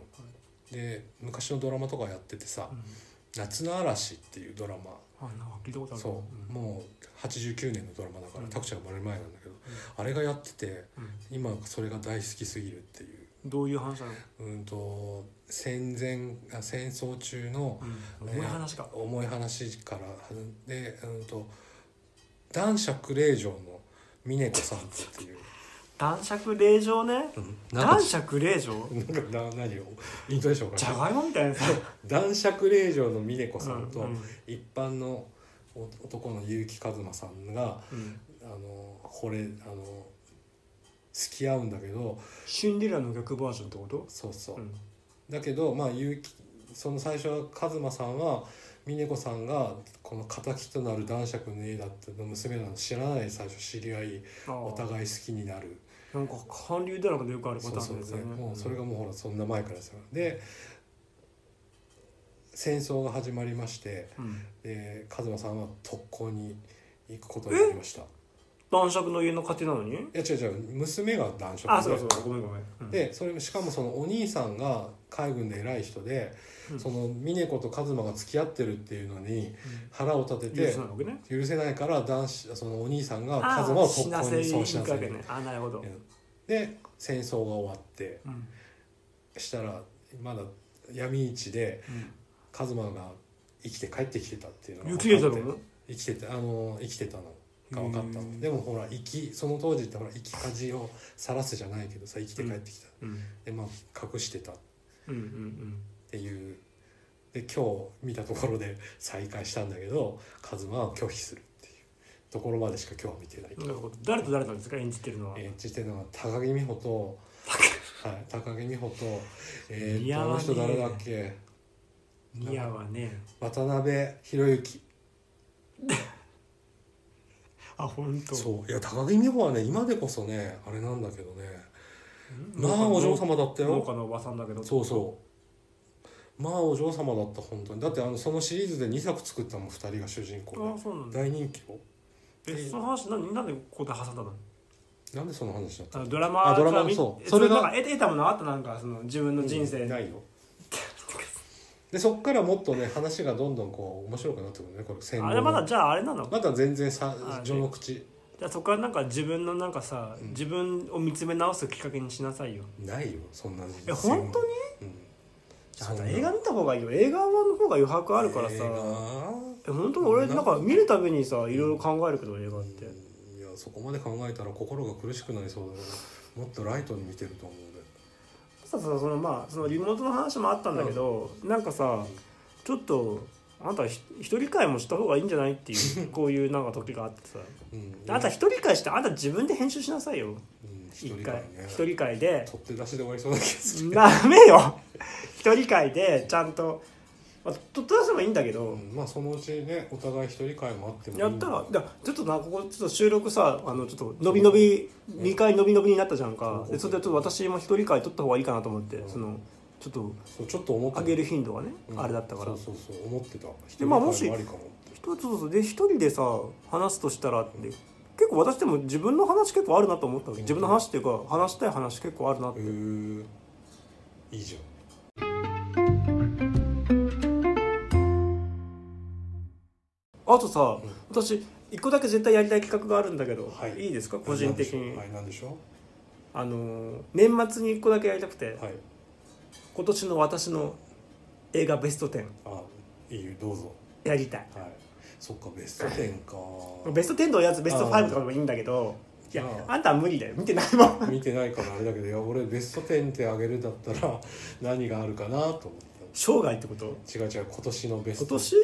Speaker 2: で昔のドラマとかやっててさ
Speaker 1: うん
Speaker 2: 「夏の嵐」っていうドラマ
Speaker 1: あなんか聞いたことある
Speaker 2: そううんもう89年のドラマだか
Speaker 1: う
Speaker 2: ら
Speaker 1: ん
Speaker 2: 拓ちゃん生まれる前なんだけどあれがやってて今それが大好きすぎるっていう
Speaker 1: うんどういう話なの、
Speaker 2: うんと戦前あ戦争中の
Speaker 1: うん、重い話か、
Speaker 2: 重い話からでうんと男爵令嬢の峰子さんっていう
Speaker 1: 男爵令嬢ね
Speaker 2: なん
Speaker 1: 男
Speaker 2: か
Speaker 1: 爵令嬢
Speaker 2: なんかな何をイントネーション
Speaker 1: じゃ
Speaker 2: か
Speaker 1: がいもみたいなさ
Speaker 2: 男爵令嬢の峰子さん
Speaker 1: う
Speaker 2: と
Speaker 1: ん
Speaker 2: 一般のお男の結城一馬さんが
Speaker 1: うん
Speaker 2: あの惚れあの付き合うんだけど
Speaker 1: シンデレラの逆バージョンってこと
Speaker 2: そうそう、
Speaker 1: うん
Speaker 2: だけどまあ結城その最初は一馬さんは峰子さんがこの敵となる男爵の家だっての娘なの知らないで最初知り合い
Speaker 1: ああ
Speaker 2: お互い好きになる
Speaker 1: なんか韓流ドラマでよくあるパ
Speaker 2: そ
Speaker 1: タ
Speaker 2: う
Speaker 1: ー
Speaker 2: そ
Speaker 1: ン
Speaker 2: う
Speaker 1: です
Speaker 2: そ
Speaker 1: よ
Speaker 2: う
Speaker 1: ね
Speaker 2: もうそれ
Speaker 1: が
Speaker 2: がもうほらそんな前からですよで戦争が始まりましてで一馬さんは特攻に行くことになりましたい
Speaker 1: 男爵の家の家庭なのに
Speaker 2: や違う違う娘が男爵で
Speaker 1: あそうだそうだごめんごめんうん
Speaker 2: でそれもしかもそのお兄さんが海軍で偉い人で、
Speaker 1: うん
Speaker 2: その峰子と一馬が付き合ってるっていうのに腹を立て
Speaker 1: 許
Speaker 2: て
Speaker 1: せないわけね
Speaker 2: 許せないから男子そのお兄さんが
Speaker 1: あ
Speaker 2: 一馬
Speaker 1: あ
Speaker 2: を
Speaker 1: 死
Speaker 2: 特
Speaker 1: な
Speaker 2: 攻
Speaker 1: せ
Speaker 2: に
Speaker 1: に
Speaker 2: そうし
Speaker 1: 行
Speaker 2: な
Speaker 1: く
Speaker 2: せ
Speaker 1: わけ
Speaker 2: る
Speaker 1: ねあなるほど
Speaker 2: で戦争が終わって
Speaker 1: うんうん
Speaker 2: したらまだ闇市で一馬が生きて帰ってきてたっていうのが
Speaker 1: 雪
Speaker 2: 分
Speaker 1: だ
Speaker 2: かっ
Speaker 1: ろ
Speaker 2: て
Speaker 1: う
Speaker 2: 生きててあの生きてたのが分かった
Speaker 1: へー
Speaker 2: のでもほら生きその当時ってほら生き恥を晒すじゃないけどさ生きて帰ってきた、
Speaker 1: うん
Speaker 2: でまあ隠してた
Speaker 1: うんうん
Speaker 2: っていうで今日見たところで再会したんだけどカズマは拒否するっていうところまでしか今日は見てない
Speaker 1: うんなるほど誰と誰なんですか演じてるのは
Speaker 2: 演じてるのは高木美帆と、はい、高木美帆と,、えーっ
Speaker 1: 似合
Speaker 2: とあ
Speaker 1: わねえ
Speaker 2: の人誰だっけ
Speaker 1: ニアはね
Speaker 2: 渡辺博之
Speaker 1: あ本当
Speaker 2: そういや高木美帆はね今でこそねあれなんだけどね
Speaker 1: うん
Speaker 2: まあお嬢様だった
Speaker 1: 農
Speaker 2: よ
Speaker 1: 家のおばさんだけど
Speaker 2: そうそうまあお嬢様だった本当にだってあのそのシリーズで2作作ったもん2人が主人
Speaker 1: あ
Speaker 2: 公
Speaker 1: そうなん
Speaker 2: で
Speaker 1: だ
Speaker 2: 大人気を
Speaker 1: えその話なんなんでここで挟んだの
Speaker 2: なんでその話だった
Speaker 1: あのドラマ
Speaker 2: あドラマ
Speaker 1: から見
Speaker 2: そう
Speaker 1: それ
Speaker 2: それ
Speaker 1: が
Speaker 2: が
Speaker 1: 得得たものあったなんかその自分の人生
Speaker 2: ないよでそっからもっとね話がどんどんこう面白くなってくるねこれ戦後の
Speaker 1: あれまだじゃああれなの
Speaker 2: まだ全然さ
Speaker 1: あ
Speaker 2: 序の口
Speaker 1: じゃあそこからなんか自分のなんかさ、
Speaker 2: うん
Speaker 1: 自分を見つめ直すきっかけにしなさいよ
Speaker 2: ないよそんな時
Speaker 1: え本当に
Speaker 2: に、うん、
Speaker 1: じゃあ映画見た方がいいよ映画の方が余白あるからさ
Speaker 2: 映画
Speaker 1: え本当に俺なんか見るたびにさいろいろ考えるけど映画って
Speaker 2: いやそこまで考えたら心が苦しくなりそうだからもっとライトに見てると思う
Speaker 1: ささそのまあそのリモートの話もあったんだけど、なんかさちょっとあなたひ一人会もした方がいいんじゃないって いうこういうなんか時があってさ
Speaker 2: で、うん、
Speaker 1: あなた
Speaker 2: うん
Speaker 1: 一人会してあなた自分で編集しなさいよ
Speaker 2: 一
Speaker 1: 一回
Speaker 2: 人回ね
Speaker 1: 一人会で
Speaker 2: 取って出しで終わりそうな気がする、
Speaker 1: ダメよ一人会でちゃんと、まあ、とと出せばいいんだけど、
Speaker 2: うん、まあそのうちねお互い一人会もあってもいい
Speaker 1: やったらだちょっとなここちょっと収録さあのちょっと伸び伸び2回伸び伸びになったじゃんか
Speaker 2: そう
Speaker 1: でそれでちょっと私も一人会撮った方がいいかなと思って
Speaker 2: うん
Speaker 1: そのちょっと
Speaker 2: そうちょっと思って
Speaker 1: 上げる頻度がね
Speaker 2: うん
Speaker 1: あれだったから
Speaker 2: そうそうそう思ってた一
Speaker 1: でまあもし
Speaker 2: 人会ありかもって
Speaker 1: 一つそうそうで一人でさ話すとしたらって結構私でも自分の話結構あるなと思ったわけ自分の話っていうか話したい話結構あるなって
Speaker 2: へーいいじゃん
Speaker 1: あとさ
Speaker 2: うん
Speaker 1: 私一個だけ絶対やりたい企画があるんだけど、
Speaker 2: はい
Speaker 1: い、いですか個人的に、
Speaker 2: はいなんでしょ
Speaker 1: あのー年末に一個だけやりたくて、
Speaker 2: うはい
Speaker 1: 今年の私の映画ベスト10
Speaker 2: あいいよどうぞ
Speaker 1: やりたい
Speaker 2: はいそっかベスト10か
Speaker 1: ベスト10のやつベスト
Speaker 2: あー
Speaker 1: 5とかでもいいんだけどいや
Speaker 2: あー
Speaker 1: あんたは無理だよ見てないもん
Speaker 2: 見てないからあれだけどいや俺ベスト10ってあげるだったら何があるかなと思った
Speaker 1: 生涯ってこと
Speaker 2: 違う違う今年のベスト
Speaker 1: 今年
Speaker 2: うん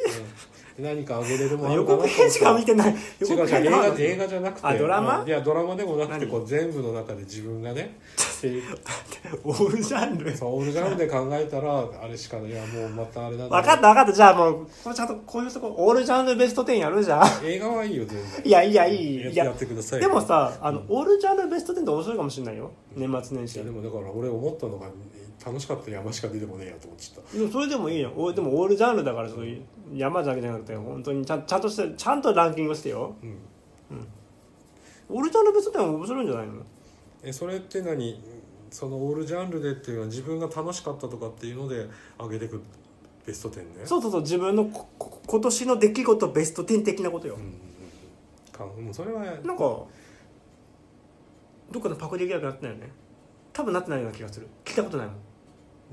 Speaker 2: 何かあげれるもの あ
Speaker 1: 予
Speaker 2: るかな
Speaker 1: 告編しか見てない予
Speaker 2: 違う
Speaker 1: 告
Speaker 2: 違
Speaker 1: 編
Speaker 2: う映
Speaker 1: な
Speaker 2: 画映画じゃなくて
Speaker 1: あドラマ
Speaker 2: うんいやドラマでもなくて
Speaker 1: 何
Speaker 2: こう全部の中で自分がねっていう
Speaker 1: オールジャンル
Speaker 2: そうオールジャンルで考えたらあれしかないいやもうまたあれなん
Speaker 1: 分かったた分かったじゃあもうこれちゃんとこういうとこオールジャンルベスト10やるじゃん
Speaker 2: 映画はいいよ全
Speaker 1: いやいや
Speaker 2: 然
Speaker 1: いい
Speaker 2: や
Speaker 1: いや
Speaker 2: やってください
Speaker 1: で
Speaker 2: よ
Speaker 1: もさあの、
Speaker 2: うん
Speaker 1: オールジャンルベスト10って面白いかもしれないよ年末年
Speaker 2: い
Speaker 1: 始
Speaker 2: やでもだから俺思ったのが楽しかった山しか出てこねえやと思っちゃっ
Speaker 1: でもそれでもいいよおでもオールジャンルだからそういう山だけじゃなくて本当にちゃんちゃんとしてちゃんとランキングしてよ
Speaker 2: た、うん、
Speaker 1: オールジャンルベスト10面白いんじゃないの
Speaker 2: えそれって何そのオールジャンルでっていうのは自分が楽しかったとかっていうので上げてくベスト10ね
Speaker 1: そうそうそう自分のここ今年の出来事ベスト10的なことよ
Speaker 2: うん、うんうんかもうそれは
Speaker 1: なんかどっかのパクリ疑惑なってないよね多分なってないような気がする聞いたことないもん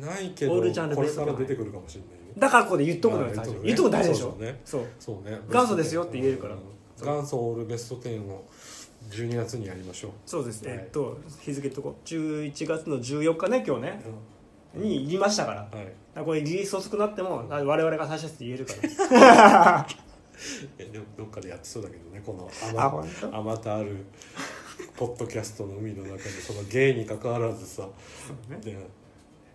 Speaker 2: ないけど
Speaker 1: オールジャンル
Speaker 2: こ
Speaker 1: ベ
Speaker 2: れ
Speaker 1: スト
Speaker 2: か
Speaker 1: 10
Speaker 2: ら出てくるかもしれないよ
Speaker 1: だからここで言っとくのが大事
Speaker 2: あー
Speaker 1: 言っとくの大事でし
Speaker 2: そう
Speaker 1: ょ
Speaker 2: そうね
Speaker 1: そう
Speaker 2: そうね
Speaker 1: 元祖ですよって言えるから
Speaker 2: うん元祖オールベスト10を12月にやりましょう
Speaker 1: そうです
Speaker 2: はい
Speaker 1: えっと日付とこ11月の14日ね今日ねに言いましたからだか
Speaker 2: はい
Speaker 1: らこれリリース遅くなってもあ我々が最初って言えるから
Speaker 2: えでもどっかでやってそうだけどねこの
Speaker 1: あ
Speaker 2: 甘
Speaker 1: 本当
Speaker 2: あ またあるポッドキャストの海の中でその芸に関わらずさ、で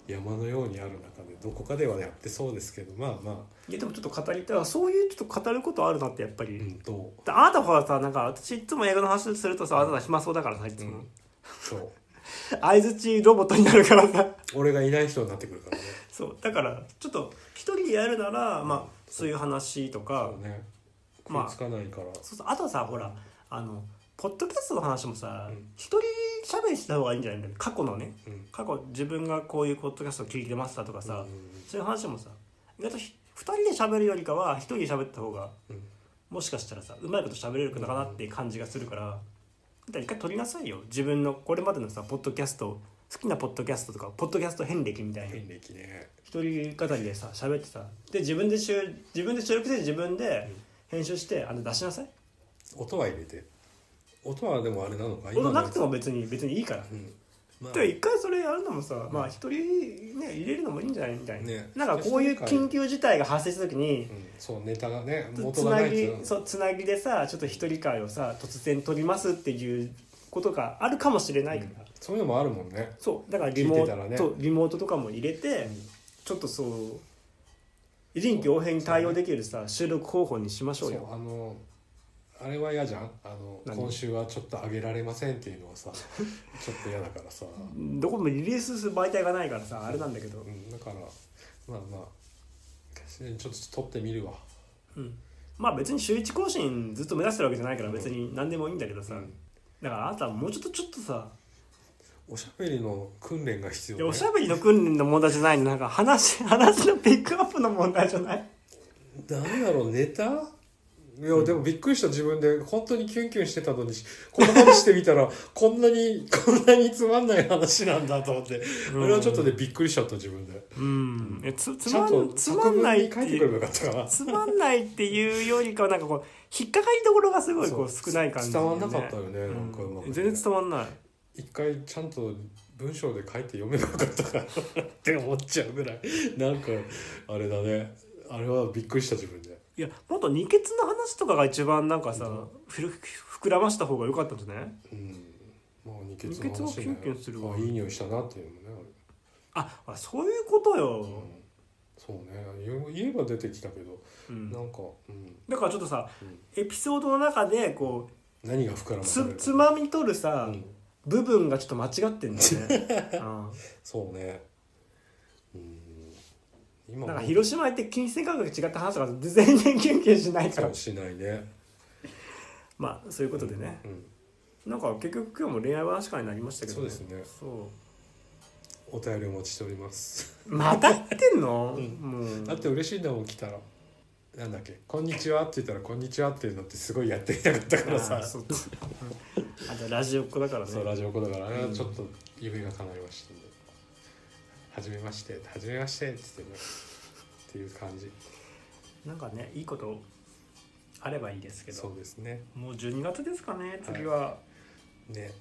Speaker 2: 山のようにある中でどこかではやってそうですけどまあま
Speaker 1: いやでもちょっと語りたいそういうちょっと語ることあるなってやっぱり、
Speaker 2: あうんと
Speaker 1: であなたほらさなんか私いつも映画の話するとさあなた暇そうだからさいつも、
Speaker 2: うんそう
Speaker 1: 相づちロボットになるからさ
Speaker 2: 俺がいない人になってくるからね
Speaker 1: そうだからちょっと一人でやるなら、まあ、そういう話とか
Speaker 2: そうね食
Speaker 1: まあ
Speaker 2: いつかないから、
Speaker 1: そうそうあとさほらあのポッドキャストの話もさ
Speaker 2: うん
Speaker 1: 一、人喋りした方がいいんじゃないんだよ過去のね
Speaker 2: うん
Speaker 1: 過去自分がこういうポッドキャスト聞いてましたとかさ、
Speaker 2: うん
Speaker 1: そういう話もさ意外とひ二人で喋るよりかは一人で喋った方が
Speaker 2: うん
Speaker 1: もしかしたらさうまいこと喋れるかなっていう感じがするからだから一回撮りなさいよ自分のこれまでのさポッドキャスト好きなポッドキャストとかポッドキャスト遍歴みたいな
Speaker 2: 変歴ね
Speaker 1: 一人語りでさ喋ってさで自分で収自分で収録して自分で編集してあの出しなさい
Speaker 2: 音は入れて音はでもあれなのか
Speaker 1: 音なくて
Speaker 2: も、
Speaker 1: も別に別にいいから
Speaker 2: うんまあ
Speaker 1: でも一回それやるのもさまあ一人ね入れるのもいいんじゃないみたいな、
Speaker 2: ね
Speaker 1: なんかこういう緊急事態が発生した時に
Speaker 2: うんそうネタがね
Speaker 1: つ
Speaker 2: 元が
Speaker 1: な
Speaker 2: ないって
Speaker 1: ぎ
Speaker 2: いうのは
Speaker 1: そうつなぎでさちょっと一人会をさ突然撮りますっていうことがあるかもしれないから、
Speaker 2: そういうのもあるもんね
Speaker 1: そうだからリモ
Speaker 2: 聞いてたら
Speaker 1: ー
Speaker 2: ね
Speaker 1: ト、リモートとかも入れて、
Speaker 2: うん
Speaker 1: ちょっとそう臨機応変に対応できるさ収録方法にしましょうよ
Speaker 2: そうあのあれは嫌じゃんあの
Speaker 1: 何
Speaker 2: 今週はちょっと上げられませんっていうのはさ ちょっと嫌だからさ、
Speaker 1: どこもリリースする媒体がないからさあれなんだけど
Speaker 2: うん、だからまあまあちょっと撮ってみるわ
Speaker 1: うんまあ別に週1更新ずっと目指してるわけじゃないから別に何でもいいんだけどさ、
Speaker 2: うん
Speaker 1: だからあなたはもうちょっとちょっとさ、
Speaker 2: おしゃべりの訓練が必
Speaker 1: いや
Speaker 2: 要
Speaker 1: おしゃべりの訓練の問題じゃないのなんか話話のピックアップの問題じゃない
Speaker 2: なんだろうネタいやでもびっくりした自分で本当にキュンキュンしてたのにこんな話してみたら こんなにこんなにつまんない話なんだと思って
Speaker 1: うん
Speaker 2: 俺はちょっとねびっくりしちゃった自分で
Speaker 1: うんえつつ
Speaker 2: ちゃ
Speaker 1: ま
Speaker 2: んと
Speaker 1: んつまんないっ
Speaker 2: 作
Speaker 1: て
Speaker 2: 文に書いて
Speaker 1: い
Speaker 2: くれ
Speaker 1: う
Speaker 2: ばよかったかな
Speaker 1: つまんないっていうよりかはなんかこう引っかかりどころがすごいこう
Speaker 2: そ
Speaker 1: 少ない感じだ
Speaker 2: 伝
Speaker 1: よ
Speaker 2: わ
Speaker 1: ね、
Speaker 2: んなかったよね、なんかうま
Speaker 1: う
Speaker 2: く
Speaker 1: ん全然伝わんない
Speaker 2: 一回ちゃんと文章で書いて読めばよかったかな って思っちゃうぐらいなんかあれだねあれはびっくりした自分で
Speaker 1: いやもっと二血の話とかが一番なんかさ、
Speaker 2: うん
Speaker 1: ふる膨らました方が良かったんじゃない
Speaker 2: うんまあ二血の話
Speaker 1: 二血はキュンキュンするわ
Speaker 2: あいい匂いしたなっていうのもね
Speaker 1: ああそういうこと
Speaker 2: あれ、う
Speaker 1: よ
Speaker 2: ん、そうね言言えば出てきたけど、
Speaker 1: うん
Speaker 2: なんか、うん
Speaker 1: だからちょっとさ
Speaker 2: うん
Speaker 1: エピソードの中でこ
Speaker 2: 何が膨ら
Speaker 1: う
Speaker 2: まされ
Speaker 1: つ
Speaker 2: る
Speaker 1: つまみ取る
Speaker 2: う
Speaker 1: さ、
Speaker 2: ん、
Speaker 1: 部分がちょっと間違ってんだ よね、
Speaker 2: そうねうん
Speaker 1: う
Speaker 2: 今
Speaker 1: ん、なんか広島行って金銭感覚違った話とか全然キュンキュンしないから
Speaker 2: そうしないね
Speaker 1: まあそういうことでね、
Speaker 2: うん、
Speaker 1: なんか結局今日も恋愛話からになりましたけど、
Speaker 2: そうですね
Speaker 1: そ
Speaker 2: お便りお待ちしております
Speaker 1: うまた言ってんの、
Speaker 2: うん
Speaker 1: もう
Speaker 2: だって嬉しいんだもん来たらなんだっけ「こんにちは」って言ったら「こんにちは」っていうのってすごいやってみたかったから
Speaker 1: あ
Speaker 2: さ
Speaker 1: ー
Speaker 2: そ
Speaker 1: そううあとラジオっ子だからね
Speaker 2: ラジオ子だから、あれ
Speaker 1: う
Speaker 2: は
Speaker 1: ん
Speaker 2: ちょっと夢が叶いましたね「はじめまして」「はじめまして」って言ってねっていう感じ
Speaker 1: なんかねいいことあればいいですけ
Speaker 2: そ
Speaker 1: ど
Speaker 2: うですね
Speaker 1: もう12月ですかね次は、
Speaker 2: ね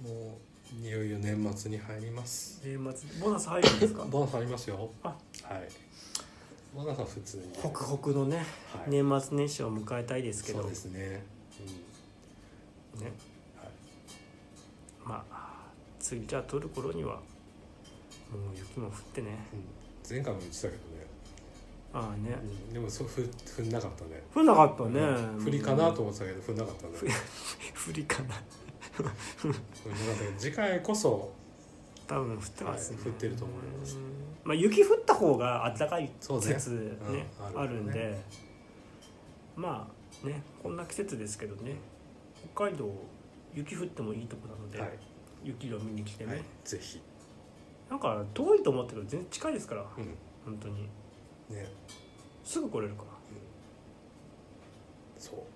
Speaker 2: もういよいよ年末に入ります
Speaker 1: 年末ボーナス入るん ですか
Speaker 2: ボーナス入りますよ
Speaker 1: あ
Speaker 2: はいボーナスは普通に
Speaker 1: ホクホクのね
Speaker 2: はい
Speaker 1: 年末年始を迎えたいですけど
Speaker 2: そうですね、
Speaker 1: ね
Speaker 2: うんはい、
Speaker 1: まあ次じゃあ撮る頃にはもう雪も降ってね
Speaker 2: うん前回も言ってたけどね、
Speaker 1: ああね
Speaker 2: うんでもそうふ踏んなかったね
Speaker 1: 降んなかったね
Speaker 2: うん振りかなと思ってたけど踏んなかったね
Speaker 1: ふ降りかな
Speaker 2: 踏んなかったけど次回こそ
Speaker 1: 多分降ってます、ね
Speaker 2: はい降ってると思います
Speaker 1: うんまあ雪降った方が暖かい
Speaker 2: そう
Speaker 1: 季
Speaker 2: ね
Speaker 1: 節ね
Speaker 2: うん
Speaker 1: あ
Speaker 2: あ
Speaker 1: る
Speaker 2: る
Speaker 1: んで
Speaker 2: んだね
Speaker 1: まあねこんな季節ですけどね北海道雪降ってもいいとこなので、
Speaker 2: は
Speaker 1: 雪を見に来て
Speaker 2: い、
Speaker 1: ね、
Speaker 2: はい、ぜひ、
Speaker 1: なんか遠いと思ってるけど全然近いですから
Speaker 2: うん、
Speaker 1: 本当に
Speaker 2: ね
Speaker 1: すぐ来れるか
Speaker 2: そ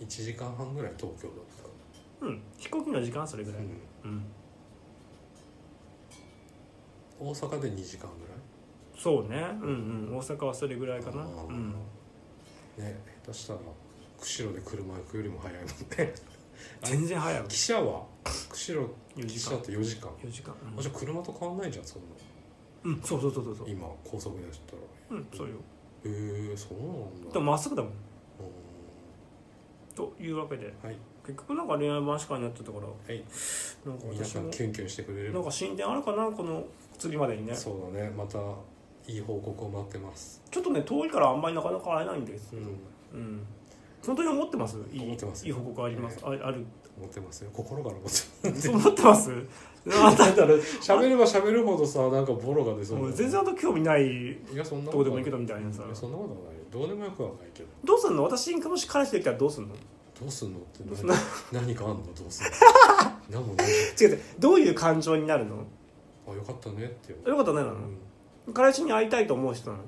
Speaker 2: う1時間半ぐらい東京だった
Speaker 1: らうん飛行機の時間それぐらい、うん
Speaker 2: うん大阪で2時間ぐらい
Speaker 1: そうねうんうん大阪はそれぐらいかな
Speaker 2: あー
Speaker 1: うん
Speaker 2: ね下手したら釧路で車行くよりも早いも んね
Speaker 1: 全然早い
Speaker 2: 汽車は釧路
Speaker 1: 4時
Speaker 2: 汽車
Speaker 1: 間
Speaker 2: って4時間
Speaker 1: 4時間
Speaker 2: あじゃあ車と変わんないじゃんそんな
Speaker 1: うん、うん、そうそうそうそうそう
Speaker 2: 今高速で走ったら
Speaker 1: うんそうよ
Speaker 2: へえそうなんだ
Speaker 1: でもまっすぐだもん
Speaker 2: う
Speaker 1: というわけで
Speaker 2: んはい
Speaker 1: 結局なんか恋愛話かになってたから
Speaker 2: はい
Speaker 1: なんか
Speaker 2: 皆
Speaker 1: 私
Speaker 2: さ
Speaker 1: も
Speaker 2: んキュンキュンしてくれれば
Speaker 1: なんか進展あるかなこの次までにね
Speaker 2: そうだねまたいい報告を待ってます、
Speaker 1: ちょっとね遠いからあんまりなかなか会えないんです
Speaker 2: うん、
Speaker 1: うん本当に思ってますいい
Speaker 2: 思ってます
Speaker 1: いい報告あります、あある
Speaker 2: 思ってますよ心から思ってます
Speaker 1: そう思ってます あんた
Speaker 2: だから喋れば喋るほどさなんかボロが出そうだ
Speaker 1: も
Speaker 2: よ
Speaker 1: う
Speaker 2: ね
Speaker 1: 全然あんた興味ない
Speaker 2: いやそんな
Speaker 1: どうでもいいけ
Speaker 2: け
Speaker 1: どみたいなさ
Speaker 2: いやそんなことはないよどうでもよくはないけど
Speaker 1: どうすんの私にもし彼氏できたらどうすんの
Speaker 2: どうすんのって
Speaker 1: どうすんの
Speaker 2: 何何かあんのどうすんの何もない
Speaker 1: 違う違うどういう感情になるの
Speaker 2: あよかったねって
Speaker 1: そういうことないな
Speaker 2: う
Speaker 1: の
Speaker 2: ん
Speaker 1: 彼氏に会いたいと思う人なの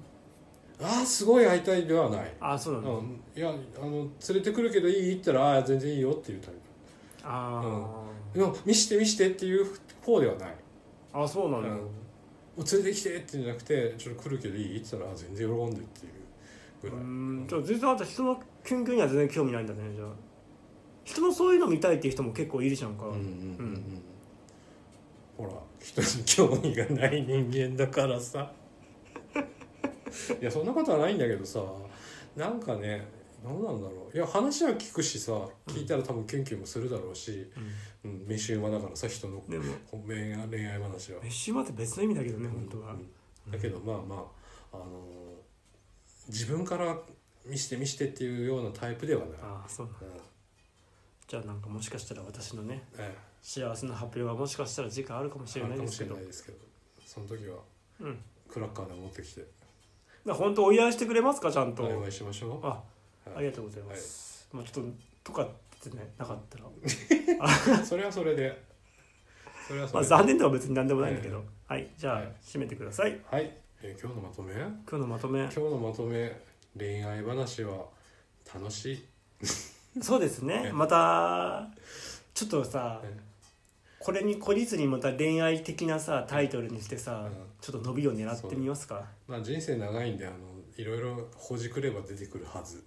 Speaker 2: ああすごい会いたいではない
Speaker 1: ああそうな
Speaker 2: う
Speaker 1: の、
Speaker 2: んいやあの連れてくるけどいいって言ったらああ全然いいよっていうタイ
Speaker 1: あ
Speaker 2: プでも見して見してっていう方ではない
Speaker 1: あ、あそうな
Speaker 2: うん
Speaker 1: だ、
Speaker 2: んもう連れてきてってじゃなくてちょっと来るけどいいって言ったらあ全然喜んでっていうぐ
Speaker 1: う
Speaker 2: らい
Speaker 1: んじゃあ全然あんた人の研究には全然興味ないんだねじゃあ人のそういうの見たいっていう人も結構いるじゃんか、
Speaker 2: うんうん
Speaker 1: う
Speaker 2: うんんうんほら人に興味がない人間だからさ いやそんなことはないんだけどさなんかね何なんだろういや話は聞くしさ聞いたら多分研究もするだろうし、うん、飯馬だからさ人の
Speaker 1: でも
Speaker 2: 恋愛恋愛話は。
Speaker 1: 飯島って別の意味だけどね本当は、
Speaker 2: うんだけどまあまあ、あの自分から見して見してっていうようなタイプではない。
Speaker 1: ああそうなの
Speaker 2: うん
Speaker 1: じゃあなんかもしかしたら私のね
Speaker 2: え
Speaker 1: 幸せな発表がもしかしたら次回あるかもし
Speaker 2: え、
Speaker 1: れ
Speaker 2: あ
Speaker 1: な
Speaker 2: る
Speaker 1: いで
Speaker 2: かも
Speaker 1: す
Speaker 2: し
Speaker 1: け
Speaker 2: れ
Speaker 1: ど
Speaker 2: ないですけどその時は
Speaker 1: うん
Speaker 2: クラッカーで持ってきて
Speaker 1: だから本当お祝いしてくれますかちゃんと、
Speaker 2: お祝いしましょ
Speaker 1: あ
Speaker 2: う。
Speaker 1: ありがとうございます、まあちょっととかってねなか ったら、
Speaker 2: はいそれはそれで。それはそ
Speaker 1: ま
Speaker 2: れ
Speaker 1: あ、
Speaker 2: で。
Speaker 1: 残念では別に何でもないんだけどはい、じゃあ
Speaker 2: はい
Speaker 1: 締めてください
Speaker 2: はい、えー今日のまとめ。今
Speaker 1: 今日のまとめ
Speaker 2: 日のまとめ、恋愛話は楽しい。
Speaker 1: そうですねまたちょっとさ
Speaker 2: え
Speaker 1: これに懲りずにまた恋愛的なさタイトルにしてさ、
Speaker 2: うん
Speaker 1: ちょっと伸びを狙ってみますか
Speaker 2: まあ人生長いんで、あのいろいろほじくれば出てくるはず。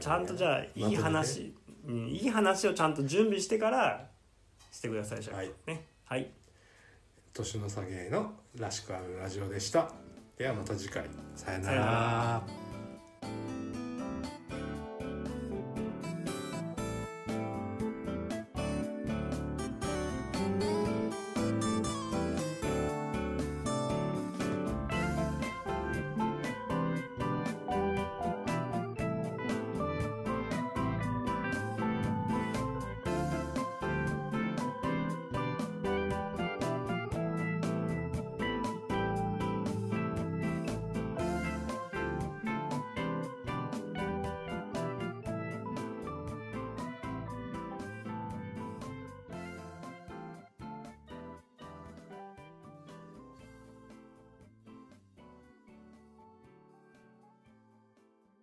Speaker 1: ちゃんとじゃあ
Speaker 2: まと
Speaker 1: いい
Speaker 2: めね
Speaker 1: 話、うんいい話をちゃんと準備してからしてくださいじゃあ
Speaker 2: はい
Speaker 1: ねはい
Speaker 2: 年の下げのらしくあるラジオでした。ではまた次回。さよう
Speaker 1: さよなら。